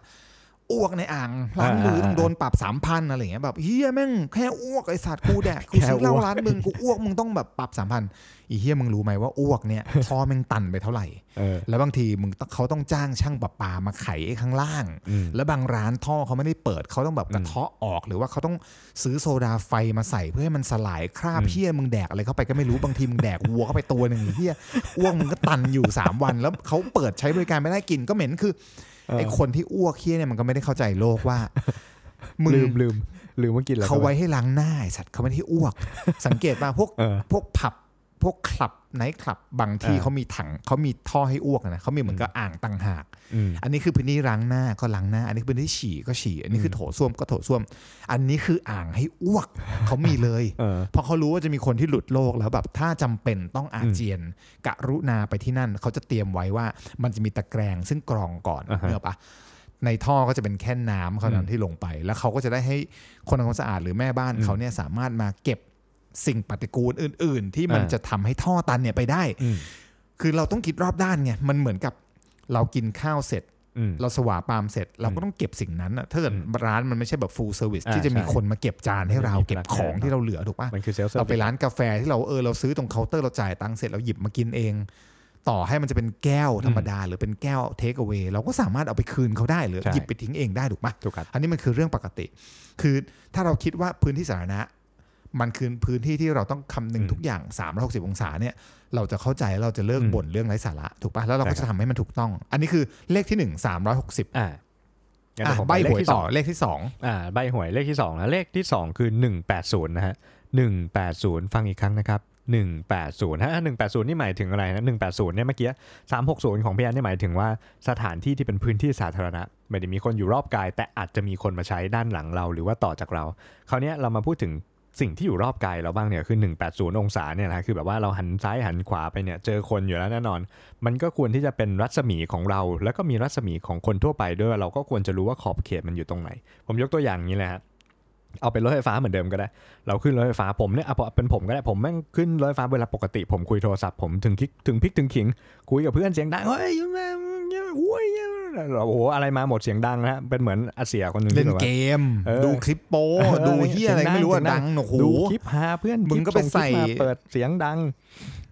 D: อ้วกในอ่างร้าน
C: อ่า
D: มือ
C: อ่า
D: ต้องโดนปรับสามพันอะไรอย่างเงี้ยแบบเฮียแม่งแค่อ้วกไอสัตว์กูแดก กูซื้อเหล้า
C: แค่อ้วก
D: ร้านมึงกูอ้วกมึงต้องแบบปรับสามพันอีเฮียมึงรู้ไหมว่าอ้วก เนี่ยท่อแม่งตันไปเท่าไหร่
C: เออ
D: แล้วบางทีมึงต้องเขาต้องจ้างช่างประปามาไขไอ้ข้างล่าง
C: อืม
D: แล้วบางร้านท่อเขาไม่ได้เปิดเขาต้องแบบกระเทาะออกหรือว่าเขาต้องซื้อโซดาไฟมาใส่เพื่อให้มันสลายคราบ
C: อืม
D: เพี้ยมึงแดกอะไรเข้าไปก็ไม่รู้บางทีมึงแดกวัวเข้าไปตัวหนึ่งไอ้เพี้ยอ้วกมึงก็ตันอยู่ 3 วันแล้วเขาเปิดใช้บริการไม่ได้กลินก็เหม็นคือไอ้คนที่อ้วกเพี้ยเนี่ยมันก็ไม่ได้เข้าใจโลก ว่ามึง
C: ลืมลืมลืมว่ากินอะไร
D: เขาไว้ให้ล้างหน้าไอ้สัตว์เขาไม่ได้อ้ว ก สังเกตป่ะพวก
C: เออ
D: พวกผับ พวกคลับไนท์คลับบางที่
C: เออ
D: เขามีถังเขามีท่อให้อ้วกนะเขามีเหมือนกับอ่างต่างหาก
C: อืม
D: อันนี้คือพื้นที่ล้างหน้าก็ล้างหน้า อันนี้คือพื้นที่ฉี่ก็ฉี่อันนี้คือ
C: ม
D: โถส้วมก็โถส้วม อันนี้คืออ่างให้อ้วก เขามีเลย
C: เออ
D: เพราะเขารู้ว่าจะมีคนที่หลุดโลกแล้วแบบถ้าจำเป็นต้องอาเจียน กะรุณาไปที่นั่น เขาจะเตรียมไว้ว่ามันจะมีตะแกรงซึ่งกรองก่อน
C: อ่าฮะ
D: เนอะปะในท่อก็จะเป็นแค่น้ำเท่านั้
C: อื
D: น
C: ม
D: ที่ลงไป แล้วเขาก็จะได้ให้คนทำความสะอาดหรือแม่บ้าน
C: อืม
D: เขาเนี่ยสามารถมาเก็บสิ่งปฏิกูลอื่น ๆ ที่มัน
C: อ่า
D: จะทำให้ท่อตันเนี่ยไปได้
C: อืม
D: คือเราต้องคิดรอบด้านไงมันเหมือนกับเรากินข้าวเสร็จ
C: อืม
D: เราสวาปามเสร็จเราก็ต้องเก็บสิ่งนั้นน่ะถ้าเกิด
C: อืม
D: ร้านมันไม่ใช่แบบ full service
C: อ่า
D: ที่จะมี
C: ใช่
D: คนมาเก็บจานให้เรา
C: มันจะมี
D: เก็บ
C: พนัก
D: ข
C: งาน
D: องที่เราเหลือถูกปะ
C: มันคือเซลล์
D: เราไปร้านกาแฟที่เราเออเราซื้อตรงเคาน์เตอร์เราจ่ายตังค์เสร็จเราหยิบมากินเอง ต่อให้มันจะเป็นแก้วธรรมดา หรือเป็นแก้วเทคเอา a y เราก็สามารถเอาไปคืนเขาได้หรือ
C: ใช่
D: หยิบไปทิ้งเองได้ถูกปะ
C: ถูกครับ
D: อันนี้มันคือเรื่องปกติ คือถ้าเราคิดว่าพื้นที่สาธารณะ มันคือพื้นที่ที่เราต้องคำนึงทุกอย่าง360องศาเนี่ยเราจะเข้าใจเราจะเลิกบ่นเรื่องไร้สาระถูกปะแล้วเราก็จะทำให้มันถูกต้อง อันนี้คือเลขที่หนึ่ง360
C: อ่างั้น
D: อ่ะ
C: ผม
D: ใบ
C: ไปเล
D: ห
C: ข
D: วย
C: ที่ส
D: ต่
C: อ
D: อง เลขที่สอง
C: อ่าใบหวยเลขที่2นะเลขที่ 2 คือ 180 นะฮะ 180 ฟังอีกครั้งนะครับ 180ฮะ180 นี่หมายถึงอะไรนะ 180 เนี่ยเมื่อกี้ 360 ของพี่แอนนี่หมายถึงว่าสถานที่ที่เป็นพื้นที่สาธารณะ ไม่ได้มีคนอยู่รอบกาย แต่อาจจะมีคนมาใช้ด้านหลังเราหรือว่าต่อจากเรา คราวเนี้ยเรามาพูดถึงสิ่งที่อยู่รอบกายเราบ้างเนี่ยคือ 180 องศาเนี่ยนะคือแบบว่าเราหันซ้ายหันขวาไปเนี่ยเจอคนอยู่แล้วแน่นอน มันก็ควรที่จะเป็นรัศมีของเรา แล้วก็มีรัศมีของคนทั่วไปด้วยว่าเราก็ควรจะรู้ว่าขอบเขตมันอยู่ตรงไหน ผมยกตัวอย่างนี้เลยฮะ เอาเป็นรถไฟฟ้าเหมือนเดิมก็ได้ เราขึ้นรถไฟฟ้าผมเนี่ยเอาเป็นผมก็ได้ ผมแม่งขึ้นรถไฟฟ้าเวลาปกติ ผมคุยโทรศัพท์ผมถึงคิกถึงพริกถึงขิง คุยกับเพื่อนเสียงดัง เฮ้ยแม่งโอ้ยโอ้โห อะไรมาหมดเสียงดังนะฮะ เป็นเหมือนอาเสียคนหนึ่ง
D: เล่
C: ที่
D: น
C: แบบว่า
D: เกม
C: เออ
D: ดูคลิปโป้
C: เออ
D: ดูเฮียอะไร
C: เสียงดัง
D: ไม่รู้ว่า
C: เสียงดั
D: ดั
C: ง
D: งโอ้โห
C: ดูคลิปหาเพื่อน
D: มึงก็ไป
C: คลิส่ค
D: ใส่
C: ลิมาเปิดเสียงดัง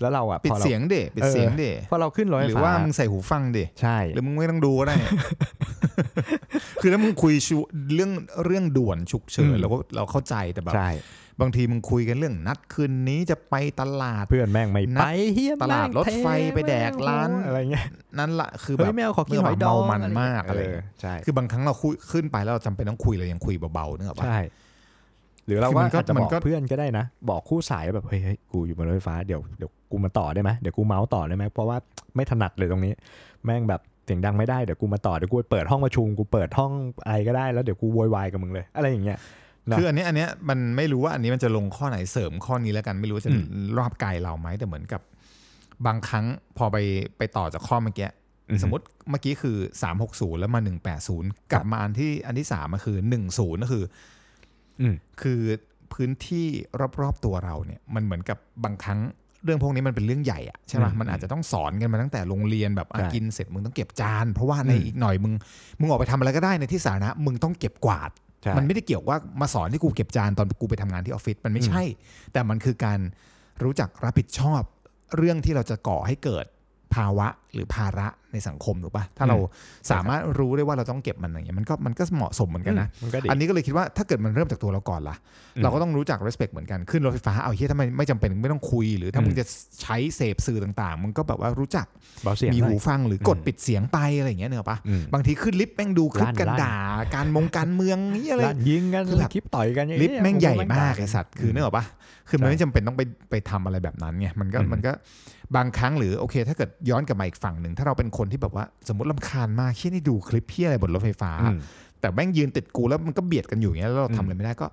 C: แล้วเราอะ
D: ปิ
C: พอ
D: ด
C: เรา
D: เสียงเดะปิดเสียงเดะ
C: พอเราขึ้นรถไฟ
D: หรือ
C: ฟ้า
D: ว่ามึงใส่หูฟังเดะ
C: ใช่
D: หรือมึงไม่ต้องดูก็ได้ คือถ้ามึงคุยชูเรื่องเรื่องด่วนฉุกเฉิน
C: อืม
D: เราก็เราเข้าใจแต่แบบ
C: ใช่
D: บางทีมึงคุยกันเรื่องนัดคืนนี้จะไปตลาด
C: เพื่อนแม่งไม่
D: นั
C: ไป
D: ด
C: เฮีย
D: ตลาด
C: แม่ง
D: รถไฟ
C: เท
D: ไปแดก
C: แม่ง
D: ร้าน
C: โอ้โหอะไรเงี้ย
D: นั่นละคือแบ
C: เฮ้ย
D: บ
C: แมวขอกิน
D: เมื่อ
C: ห
D: วา
C: อน ยดอง
D: เมามันมากอะไร
C: เงี้ยใช่
D: คือบางครั้งเราคุยขึ้นไปแล้วเราจำเป็นต้องคุยเรายังคุยเบาๆนึกออกปะ
C: ใช่ หรือเราก็
D: คือมันก็
C: อาจจะ
D: มั
C: บอน ก
D: ก็
C: เพื่อนก็ได้นะ บอกคู่สายแบบเฮ้ยเฮ้ยกูอยู่บนรถไฟฟ้าเดี๋ยวเดี๋ยวกูมาต่อได้ไหมเดี๋ยวกูเมาส์ต่อได้ไหมเพราะว่าไม่ถนัดเลยตรงนี้ แม่งแบบเสียงดังไม่ได้เดี๋ยวกูมาต่อเดี๋ยวกูไปเปิดห้องประชุมกูเปิดห้องอะไรก็ได้แล้วเดี๋ยวกูโวยวายกับมึงเลย อะไรอย่างเงี้ย นะ
D: คืออันเนี้ยอันเนี้ยมันไม่รู้ว่าอันนี้มันจะลงข้อไหนเสริมข้อนี้แล้วกันไม่รู้ว่าจะ
C: อืม
D: รอบกายเราไหมแต่เหมือนกับบางครั้งพอไปไปต่อจากข้อเมื่อกี้สมมติเมื่อกี้คือ 360 แล้วมา 180 กลับมาอันที่อันที่สามก็คือ 10ก็คือ
C: อืม
D: คือพื้นที่รอบๆตัวเราเนี่ยมันเหมือนกับบางครั้งเรื่องพวกนี้มันเป็นเรื่องใหญ่อะใช่ไหม
C: อืม
D: มันอาจจะต้องสอนกันมาตั้งแต่โรงเรียนแบบอ่ะ
C: ใช่
D: กินเสร็จมึงต้องเก็บจาน เพราะว่าใน
C: อืม
D: อีกหน่อยมึงมึงออกไปทำอะไรก็ได้ในที่สาธารณะมึงต้องเก็บกวาด
C: ใช่
D: มันไม่ได้เกี่ยวว่ามาสอนที่กูเก็บจานตอนกูไปทำงานที่ออฟฟิศมันไม่ใช่ แต่มันคือการรู้จักรับผิดชอบเรื่องที่เราจะก่อให้เกิดภาวะหรือภาระในสังคมถูกปะถ้าเราสามารถรู้ได้ว่าเราต้องเก็บมันอย่างเงี้ยมันก็มันก็เหมาะสมเหมือนกันนะ
C: มันก็ดี
D: อันนี้ก็เลยคิดว่าถ้าเกิดมันเริ่มจากตัวเราก่อนล่ะ
C: อืม
D: เราก็ต้องรู้จัก respect เหมือนกันขึ้นรถไฟฟ้าเอาเฮียถ้ามันไม่จำเป็นไม่ต้องคุย หรือถ้า
C: อืม
D: มึงจะใช้เสพสื่อต่างๆมึงก็แบบว่ารู้จัก
C: เบาเสียง
D: มี
C: หน่อ
D: หู
C: ย
D: ฟังหรือกดปิดเสียงไปอะไรอย่างเงี้ยเนอะปะ
C: อืม
D: บางทีขึ้นลิฟต์แม่งดูคลิป
C: ลั่น
D: กัน
C: ลั่น
D: ด่าการมงการเมืองเหียอะไร
C: ลั่นยิงกัน
D: คือแบบ
C: คลิปต่อยกัน
D: ลิฟต์แม่งใหญ่
C: โอ้โ
D: มากไอสัตว์คือเนกอะปะคือมันไม่จำเป็นต้องไปไปทำอะไรแบบนั้นไงมันก็
C: อืม
D: มันก็บางครั้งหรือโอเค ถ้าเกิดย้อนกลับมาอีกฝั่งหนึ่งถ้าเราเป็นคนที่แบบว่าสมมติลำคาญมากเชี่ยนี่ดูคลิปเฮียอะไรบนรถไฟฟ้า
C: อืม
D: แต่แม่งยืนติดกูแล้วมันก็เบียดกันอยู่อย่างเงี้ยแล้วเรา
C: อืม
D: ทำอะไรไม่ได้ก็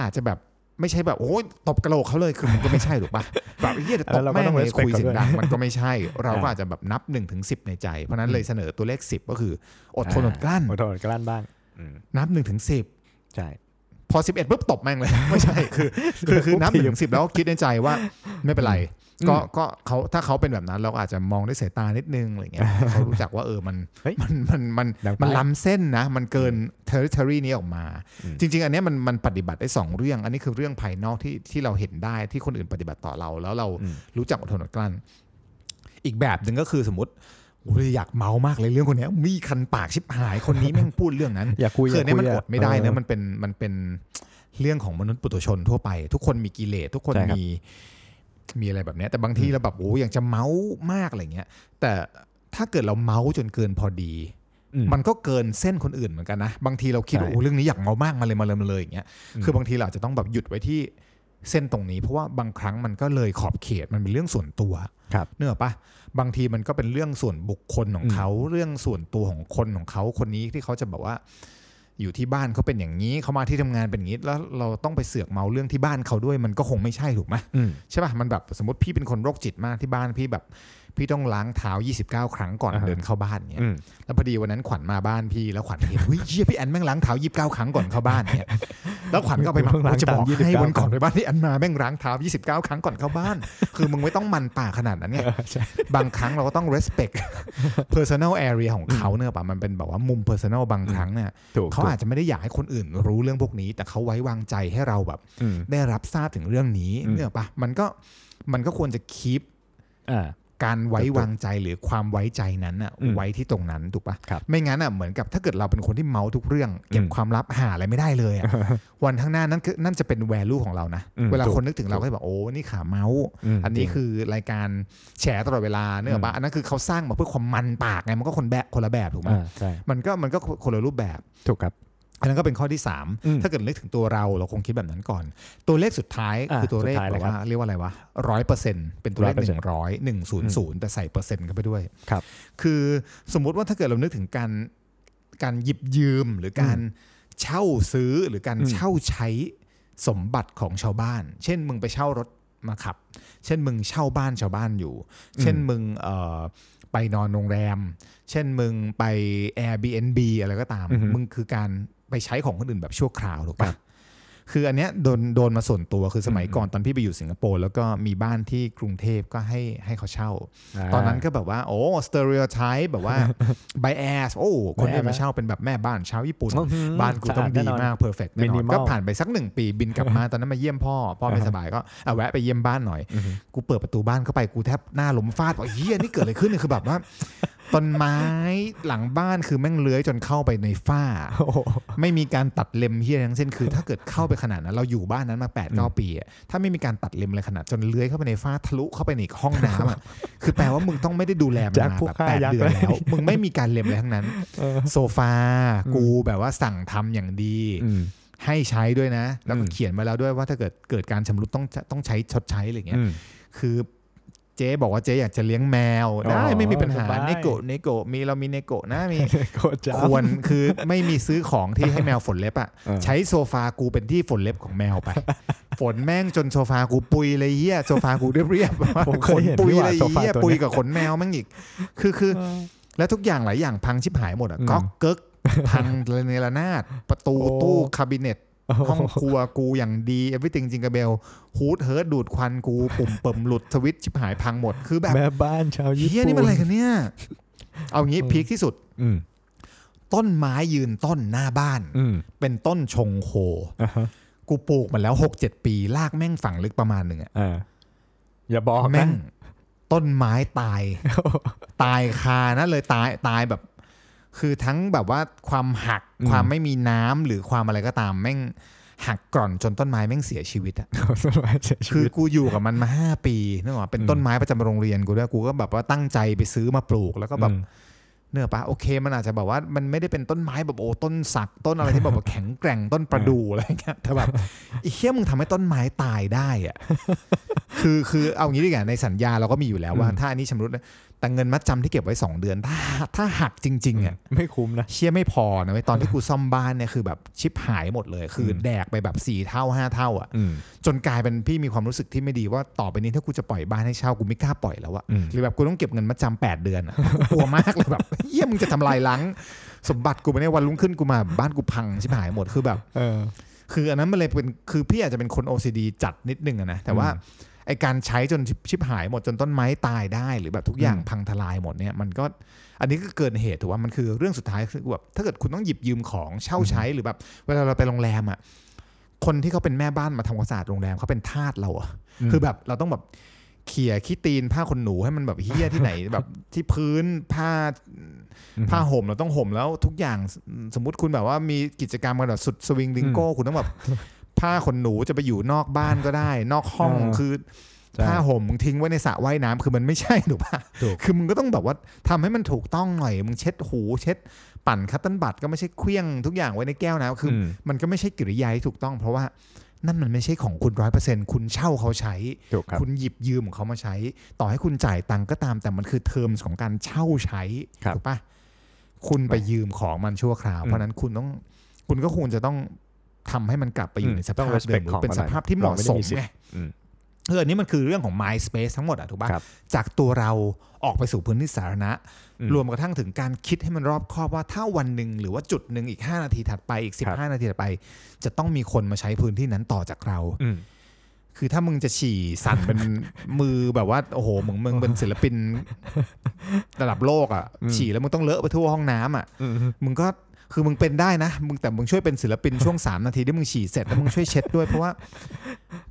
D: อาจจะแบบไม่ใช่แบบโอ้ยตบกระโหลกเขาเลยคือมันก็ไม่ใช่ถูกปะ แบบเฮียเดี๋ยวตบแม่งเลยคุยเสียงดังมันก็ไม่ใช่ เราก็อาจจะแบบนับ1นถึงสิในใจ เพราะฉะนั้นเลยเสนอตัวเลข 10 ก็คือ อดทนอดกลั้น
C: อดทนอดกลั้นบ้างอืม
D: นับ1นถึงสิ
C: ใช่
D: พอ 11ปุ๊บตบแม่งเลย ไม่ใช่คือคือคือนับหนึ่งถึง สิแล้วก็คิดในใจว่าไม่เป็นไร ก็ก็เขาถ้าเขาเป็นแบบนั้นเราก็อาจจะมองด้วยสายตานิดนึงอะไรเงี้ ยเขารู้จักว่าเออมัน
C: เฮ้ย
D: มันมันมัน
C: ดังไป
D: มันล้ำเส้นนะ มันเกิน territory นี้ออกมา จริง ๆ อันเนี้ยมันมันปฏิบัติได้ 2 เรื่อง อันนี้คือเรื่องภายนอกที่ที่เราเห็นได้ที่คนอื่นปฏิบัติต่อเรา แล้วเรา
C: อืม
D: รู้จักอดทนอดกลั้น อีกแบบหนึ่งก็คือสมมติโอ้ยอยากเมามากเลยเรื่องคนเนี้ยมีคันปากชิบหายคนนี้แม่งพูดเรื่องนั้น
C: อย่าคุย
D: คืออนเนี้ยมัน
C: ย่า
D: อ
C: คุย
D: ดไม่ได้นะ
C: เออ
D: มันเป็นมันเป็นเรื่องของมนุษย์ปุถุชนทั่วไป ทุกคนมีกิเลสทุกคน
C: ใช่ครับ
D: มีมีอะไรแบบเนี้ยแต่บางทีเราแบบโอ้ยอยากจะเมามากอะไรเงี้ย แต่ถ้าเกิดเราเมาจนเกินพอดี
C: อืม
D: มันก็เกินเส้นคนอื่นเหมือนกันนะ บางทีเราคิดว่า
C: ใช่
D: โอ้เรื่องนี้อยากเมามากมาเลยมาเลยมาเลยอย่างเงี้ย
C: อืม
D: คือบางทีเราอาจจะต้องแบบหยุดไว้ที่เส้นตรงนี้ เพราะว่าบางครั้งมันก็เลยขอบเขตมันเป็นเรื่องส่วนตัว
C: ครับ
D: เนื้อะปะบางทีมันก็เป็นเรื่องส่วนบุคคลของ
C: อืม
D: เขาเรื่องส่วนตัวของคนของเขาคนนี้ที่เขาจะแบบว่า อยู่ที่บ้านเขาเป็นอย่างนี้เขามาที่ทำงานเป็นอย่างนี้ แล้วเราต้องไปเสือกเมาเรื่องที่บ้านเขาด้วยมันก็คงไม่ใช่ถูกไหม
C: อืม
D: ใช่ปะมันแบบสมมติพี่เป็นคนโรคจิตมากที่บ้านพี่แบบ พี่ต้องล้างเท้า 29 ครั้งก่อน
C: อ่าฮะ
D: เดินเข้าบ้านเนี่ย
C: อืม
D: แล้วพอดีวันนั้นขวัญมาบ้านพี่แล้วขวัญเห็น เฮ้ยเชี่ยพี่แอนแม่งล้างเท้ายีิบเก้า29 ครั้งก่อนเข้าบ้าน เนี่ยแล้วขวัญก็เอาไป
C: เพิ่งล้าง
D: มาจะบอก
C: เท้า
D: ให้
C: 29
D: วันก่อนไปบ้านที่แอนมาแม่งล้างเท้ายี่สิบเก้า29 ครั้งก่อนเข้าบ้าน คือมึงไม่ต้องมันป่ากขนาดนั้ นไงบางครั้งเราก็ต้อง respect personal area ของเขาเนอะป่ะมันเป็นแบบว่ามุม personal บางครั้งเนี่ย
C: ถูก
D: เขาอาจจะไม่ได้อยากให้คนอื่นรู้เรื่องพวกนี้ แต่เขาไว้วางใจให้เราแบบ
C: อืม
D: ได้รับทราบถึงเรื่องนี้
C: อืม
D: เนอะป่ะมันก็มันก็ควรจะคีป
C: อ่า
D: การไว้วางใจหรือความไว้ใจนั้นอะ
C: อืม
D: ไว้ที่ตรงนั้นถูกป่ะ
C: ครับ
D: ไม่งั้นอ่ะเหมือนกับถ้าเกิดเราเป็นคนที่เมาทุกเรื่อง เก็บ
C: อืม
D: ความลับหาอะไรไม่ได้เลยอะ วันข้างหน้านั่นคือนั่นจะเป็นแวลูของเรานะ
C: อืม
D: เวลา
C: ถูก
D: คนนึกถึงเราก็จะบอกโอ้นี่ขาเมาส์
C: ม
D: อัน
C: จ
D: นี้
C: ริง
D: คือรายการแฉตลอดเวลาเนกอะปะอันนั้นคือเขาสร้างมาเพื่อความมันปากไงมันก็คนแบบคนละแบบถูกไหม
C: อ่าใช่
D: มันก็มันก็คนละรูปแบบ
C: ถูกครับ
D: อันนั้นก็เป็นข้อที่
C: อืม
D: 3 ถ้าเกิดนึกถึงตัวเราเราคงคิดแบบนั้นก่อน ตัวเลขสุดท้าย
C: อ่ะ
D: คือตัวเลข
C: สุดท้าย
D: แบ
C: เลย
D: บ
C: ครับ
D: ว่าเรียกว่าอะไรวะร้อยเปอร์เซ็นต์เป็นตัวเลข
C: 100%
D: หนึ่งร้อยหนึ่งศูนย์ศูนย์แต่ใส่เปอร์เซ็นต์เข้าไปด้วย
C: ครับ
D: คือสมมุติว่าถ้าเกิดเรานึกถึงการการหยิบยืมหรือการเช่าซื้อหรือการ
C: อืม
D: เช่าใช้สมบัติของชาวบ้าน เช่นมึงไปเช่ารถมาขับ เช่นมึงเช่าบ้านชาวบ้านอยู่
C: อืม
D: เช่นมึงเอ่อไปนอนโรงแรม เช่นมึงไป Airbnb อะไรก็ตาม
C: อือฮึ
D: มึงคือการไปใช้ของคนอื่นแบบชั่วคราวถูก
C: ครั
D: ปะ
C: บ
D: คืออันเนี้ยโดนโดนมาส่วนตัวคือสมัย
C: อืม
D: ก่อนตอนพี่ไปอยู่สิงคโปร์แล้วก็มีบ้านที่กรุงเทพก็ให้ให้เขาเช่า ตอนนั้นก็แบบว่า โอ้สเตอริโอไทป์แบบ ว่า ไบแอสโอ้ คนอื่นมาเช่าเป็นแบบแม่บ้านชาวญี่ปุ่น
C: อื้อหือ
D: บ้านกูต้องดี
C: สะอาดแน่นอน
D: มากเพอร์เฟกต์แน่นอน
C: Minimal
D: ก็ผ่านไปสักหนึ่งปีบินกลับมา ตอนนั้นมาเยี่ยมพ่อ พ่อไม่สบายก็อ่ะแวะไปเยี่ยมบ้านหน่อย
C: อือหือ
D: กูเปิดประตูบ้านเข้าไปกูแทบหน้าล้มฟาดบอกเฮียนี่เกิดอะไรขึ้นเนี่ยคือแบบว่าต้นไม้หลังบ้านคือแม่งเลื้อยจนเข้าไปในฝ้า
C: โอ้โห
D: ไม่มีการตัดเล็มเฮียอะไรทั้งเส้นคือ ถ้าเกิดเข้าไปขนาดนั้นเราอยู่บ้านนั้นมา8ปดเปีอะถ้าไม่มีการตัดเล็มอะไรขนาดจนเลื้อยเข้าไปในฝ้าทะลุเข้าไปในอีกห้องน้ำอะคือแปลว่ามึงต้องไม่ได้ดูแลมัน
C: จาก
D: มา
C: ผู้
D: แบบ
C: ฆ่า
D: แปด
C: ยักษ์
D: เดือน
C: เลย
D: แล้ว มึงไม่มีการเล็มอะไรทั้งนั้น
C: เออ
D: โซฟากูแบบว่าสั่งทำอย่างดี
C: อืม
D: ให้ใช้ด้วยนะ แล้วก็
C: อืม
D: เขียนมาแล้วด้วยว่าถ้าเกิดเกิดการชำรุดต้องต้องใช้ชดใช้อะไรอย่างเงี้ย
C: อืม
D: คือเจ๊บอกว่าเจ๊อยากจะเลี้ยงแมว
C: อ๋อ
D: ได้ไม่มีปัญหา
C: สบาย
D: เนโกะเนโกะมีเรามีเนโกะนะ มี
C: โคตรจ้า
D: ควรคือไม่มีซื้อของที่ให้แมวฝนเล็บอ่ะ
C: เออ
D: ใช้โซฟากูเป็นที่ฝนเล็บของแมวไป ฝนแม่งจนโซฟากูปุยเลยเหี้ยโซฟากูเรียบเรียบๆ
C: ผมเค
D: ข
C: ย
D: น
C: เห็น
D: ปุย
C: นี่ห
D: เล
C: ว่าย โซฟา
D: เหี้ย
C: ตัว
D: ปุย
C: เนี้ย
D: กับขนแมวมั่งอีก คือคือ แล้วทุกอย่างหลายอย่างพังชิบหายหมดอ่ะ
C: อืม
D: ก๊อกเก๊ก พังระเนระนาดประตู
C: โอ้
D: ตู้คาบิเนต ห้อง
C: โโ
D: ครัวกูอย่างดี everything จิงกระเบลฮูดเฮิร์ดดูดควันกูปุ่มเปิมหลุดสวิตช์ชิบหายพังหมดคือแบบ
C: แม่บ้านชาวญี่ปุ่น
D: เฮียนี่มันอะไรกันเนี่ย เอางี้พีคที่สุด
C: อืม
D: ต้นไม้ยืนต้นหน้าบ้าน
C: อืม
D: เป็นต้นชงโค
C: อ่าฮะ
D: กูปลูกมันแล้วหกเจ็ดปีลากแม่งฝังลึกประมาณหนึ่งอะ
C: อ่าอย่าบอก
D: แม่
C: นะ
D: งต้นไม้ตาย ตายคานะเลยตายตายแบบ คือทั้งแบบว่าความหัก
C: อืม
D: ความไม่มีน้ำหรือความอะไรก็ตามแม่งหักกร่อนจนต้นไม้แม่งเสียชีวิตอะ
C: ต้นไม้เสียชี
D: คือ
C: วิต
D: กูอยู่กับมันมาห้าปีนึกออกปะเป็น
C: อืม
D: ต้นไม้ประจำโรงเรียนกูด้วยกูก็แบบว่าตั้งใจไปซื้อมาปลูกแล้วก็แบบ
C: อืม
D: เนื้ออกปะโอเคมันอาจจะแบบว่ามันไม่ได้เป็นต้นไม้แบบโอ้ต้นสักต้นอะไรที่แบบว่า แข็งแก ร่งต้นประดู่อะไรเงี้ยแต่แบบ ไอ้เหี้ยมึงทำให้ต้นไม้ตายได้อ่ะ คือคือเอางี้ดีกว่าในสัญญาเราก็มีอยู่แล้วว่า
C: อืม
D: ถ้าอันนี้ชำรุดนะแต่เงินมัดจำที่เก็บไว้ 2 เดือน ถ้าถ้าหักจริงๆอ่ะ
C: ไม่คุ้มนะ
D: เชี่ยไม่พอนะเว้ยตอนที่กูซ่อมบ้านเนี่ยคือแบบชิปหายหมดเลย คืออ
C: ม
D: แดกไปแบบ4เท่า5เท่าอ่ะ
C: อืม
D: จนกลายเป็นพี่มีความรู้สึกที่ไม่ดีว่าต่อไปนี้ถ้ากูจะปล่อยบ้านให้เช่ากูไม่กล้าปล่อยแล้วอะ
C: อืม
D: หรือแบบกูต้องเก็บเงินมาจำแปดเดือนอะ กูกลัวมากเลยแบบ เยี่ยมึงจะทำลายล้างสมบัติกูไปเนี่ยวันรุ่งขึ้นกูมาบ้านกูพังชิบหายหมดคือแบบ
C: เออ
D: คืออันนั้นมันเลยเป็นคือพี่อาจจะเป็นคน OCD จัดนิดนึงอะนะแต่ว่า
C: อืม
D: ไอการใช้จนชิบชิบหายหมดจนต้นไม้ตายได้ หรือแบบทุกอย่าง
C: อืม
D: พังทลายหมดเนี่ยมันก็อันนี้ก็เกินเหตุถือว่ามันคือเรื่องสุดท้ายคือแบบถ้าเกิดคุณต้องหยิบยืมของเช่าใช้หรือแบบเวลาเราไปโรงแรมอะคนที่เขาเป็นแม่บ้านมาทำความสะอาดโรงแรมเขาเป็นทาสเราอะ คือแบบเราต้องแบบเขี่ยขี้ตีนผ้าขนหนูให้มันแบบเฮี้ยที่ ไหน แบบที่พื้นผ้า
C: อืม
D: ผ้าห่มเราต้องห่มแล้วทุกอย่างสสมมติคุณแบบว่ามีกิจกรรมกันแบบสุดสวิงดิงโก้คุณต้องแบบ ผ้าขนหนูจะไปอยู่นอกบ้านก็ได้ นอกห้อง
C: เออ
D: คือ
C: ใช่
D: ผ้าห่มมึงทิ้งไว้ในสระว่ายน้ำคือมันไม่ใช่ถูกปะ
C: ถูก
D: คือมึงก็ต้องแบบว่าทำให้มันถูกต้องหน่อยมึงเช็ดหูเช็ดปั่นคัตเตันบัตก็ไม่ใช่เคลี้ยงทุกอย่างไว้ในแก้วน้ำคืออ
C: ม
D: มันก็ไม่ใช่กิริยาที่ถูกต้อง เพราะว่านั่นมันไม่ใช่ของคุณร้อยเปอร์เซ็นต์คุณเช่าเขาใช้
C: ถูกครับ
D: คุณหยิบยืมของเขามาใช้ ต่อให้คุณจ่ายตังค์ก็ตาม แต่มันคือเทอมของการเช่าใช้
C: ครับ
D: ถูกปะคุณไปยืมของมันชั่วคราว
C: อืม
D: เพราะฉะนั้นคุณต้อง คุณก็ควรจะต้องทำให้มันกลับไปอ
C: อื
D: ยู่
C: ม
D: ในส
C: ต้
D: ภา
C: อง
D: พเดิ
C: respect
D: มหรื
C: ของ
D: อเป็น
C: มัน
D: สภาพที่เหมาะสมไง
C: อืม
D: เอออนนี่มันคือเรื่องของ mind space ทั้งหมดอะถูกปะจากตัวเราออกไปสู่พื้นที่สาธารณะ
C: อืม
D: รวมกระทั่งถึงการคิดให้มันรอบคอบว่าถ้าวันหนึ่งหรือว่าจุดหนึ่งอีก 5 นาทีถัดไปอีก
C: ครับ
D: 15 นาทีถัดไป จะต้องมีคนมาใช้พื้นที่นั้นต่อจากเรา
C: อืม
D: คือถ้ามึงจะฉี่สั่นเป็น มือแบบว่าโอ้โหมึงมึงเป็นศิลปินระดับโลกอ่ะ
C: อืม
D: ฉี่แล้วมึงต้องเลอะไปทั่วห้องน้ำอ่ะ
C: อืม
D: มึงก็คือมึงเป็นได้นะมึงแต่มึงช่วยเป็นศิล ปินช่วง 3 นาทีที่มึงฉี่เสร็จแล้วมึงช่วยเช็ดด้วย เพราะว่า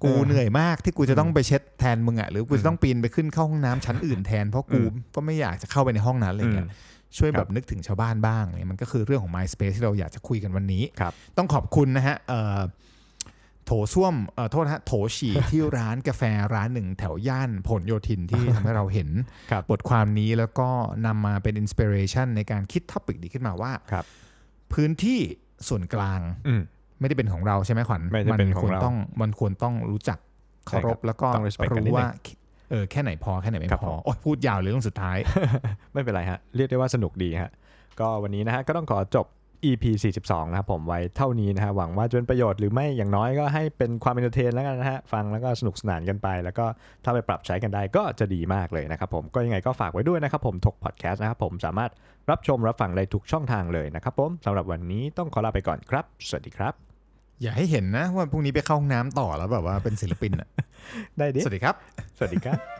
D: กู
C: เออ
D: เหนื่อยมากที่กูจะต้องไปเช็ดแทนมึงอ่ะหรือกูจะต้องปีนไปขึ้นเข้าห้องน้ำชั้นอื่นแทนเพราะกูก็ไม่อยากจะเข้าไปในห้องนั้นอะไรเงี้ย ช่วย
C: ครับ
D: แบบนึกถึงชาวบ้านบ้างเนี่ยมันก็คือเรื่องของ MySpace ที่เราอยากจะคุยกันวันนี้
C: ครับ
D: ต้องขอบคุณนะฮะเอ่อโถส้วมเอ่อโทษนะฮะโถฉี่ ที่ร้านกาแฟร้านหนึ่งแถวย่านผลโยธินที่ทำให้เราเห็น
C: ครับ
D: บทความนี้แล้วก็นำมาเป็นอินสปิเรชันในการคิดท็อปิกดีขึ้นมาว่า
C: ครับ
D: พื้นที่ส่วนกลาง
C: อืม
D: ไม่ได้เป็นของเราใช่ไหมขวัญ
C: ไม่ได้เป็นของ
D: ควร
C: เรา
D: ต้องมันควรต้องรู้จักเคารพแล้วก็
C: ต้อง respect กันนิด
D: รู้
C: นึง
D: ว่าเออแค่ไหนพอแค่ไหนไม่
C: ครับ
D: พ
C: ผ
D: อ
C: ม
D: โอยพูดยาวเลยเรื่องสุดท้าย
C: ไม่เป็นไรฮะ เรียกได้ว่าสนุกดีฮะ ก็วันนี้นะฮะ ก็ต้องขอจบ EP 42 นะครับผมไว้เท่านี้นะฮะ หวังว่าจะเป็นประโยชน์หรือไม่อย่างน้อยก็ให้เป็นความเอนเตอร์เทนแล้วกันนะฮะ ฟังแล้วก็สนุกสนานกันไป แล้วก็ถ้าไปปรับใช้กันได้ก็จะดีมากเลยนะครับผมก็ยังไงก็ฝากไว้ด้วยนะครับผมทกพอดแคสต์นะครับผมสามารถรับชมรับฟังได้ทุกช่องทางเลยนะครับผมสำหรับวันนี้ต้องขอลาไปก่อนครับ สวัสดีครับ
D: อย่าให้เห็นนะว่าพรุ่งนี้ไปเข้าห้องน้ำต่อแล้วแบบว่าเป็นศิลปินอะ
C: ได้ดิ
D: สวัสดีครับ
C: สวัสดีครับ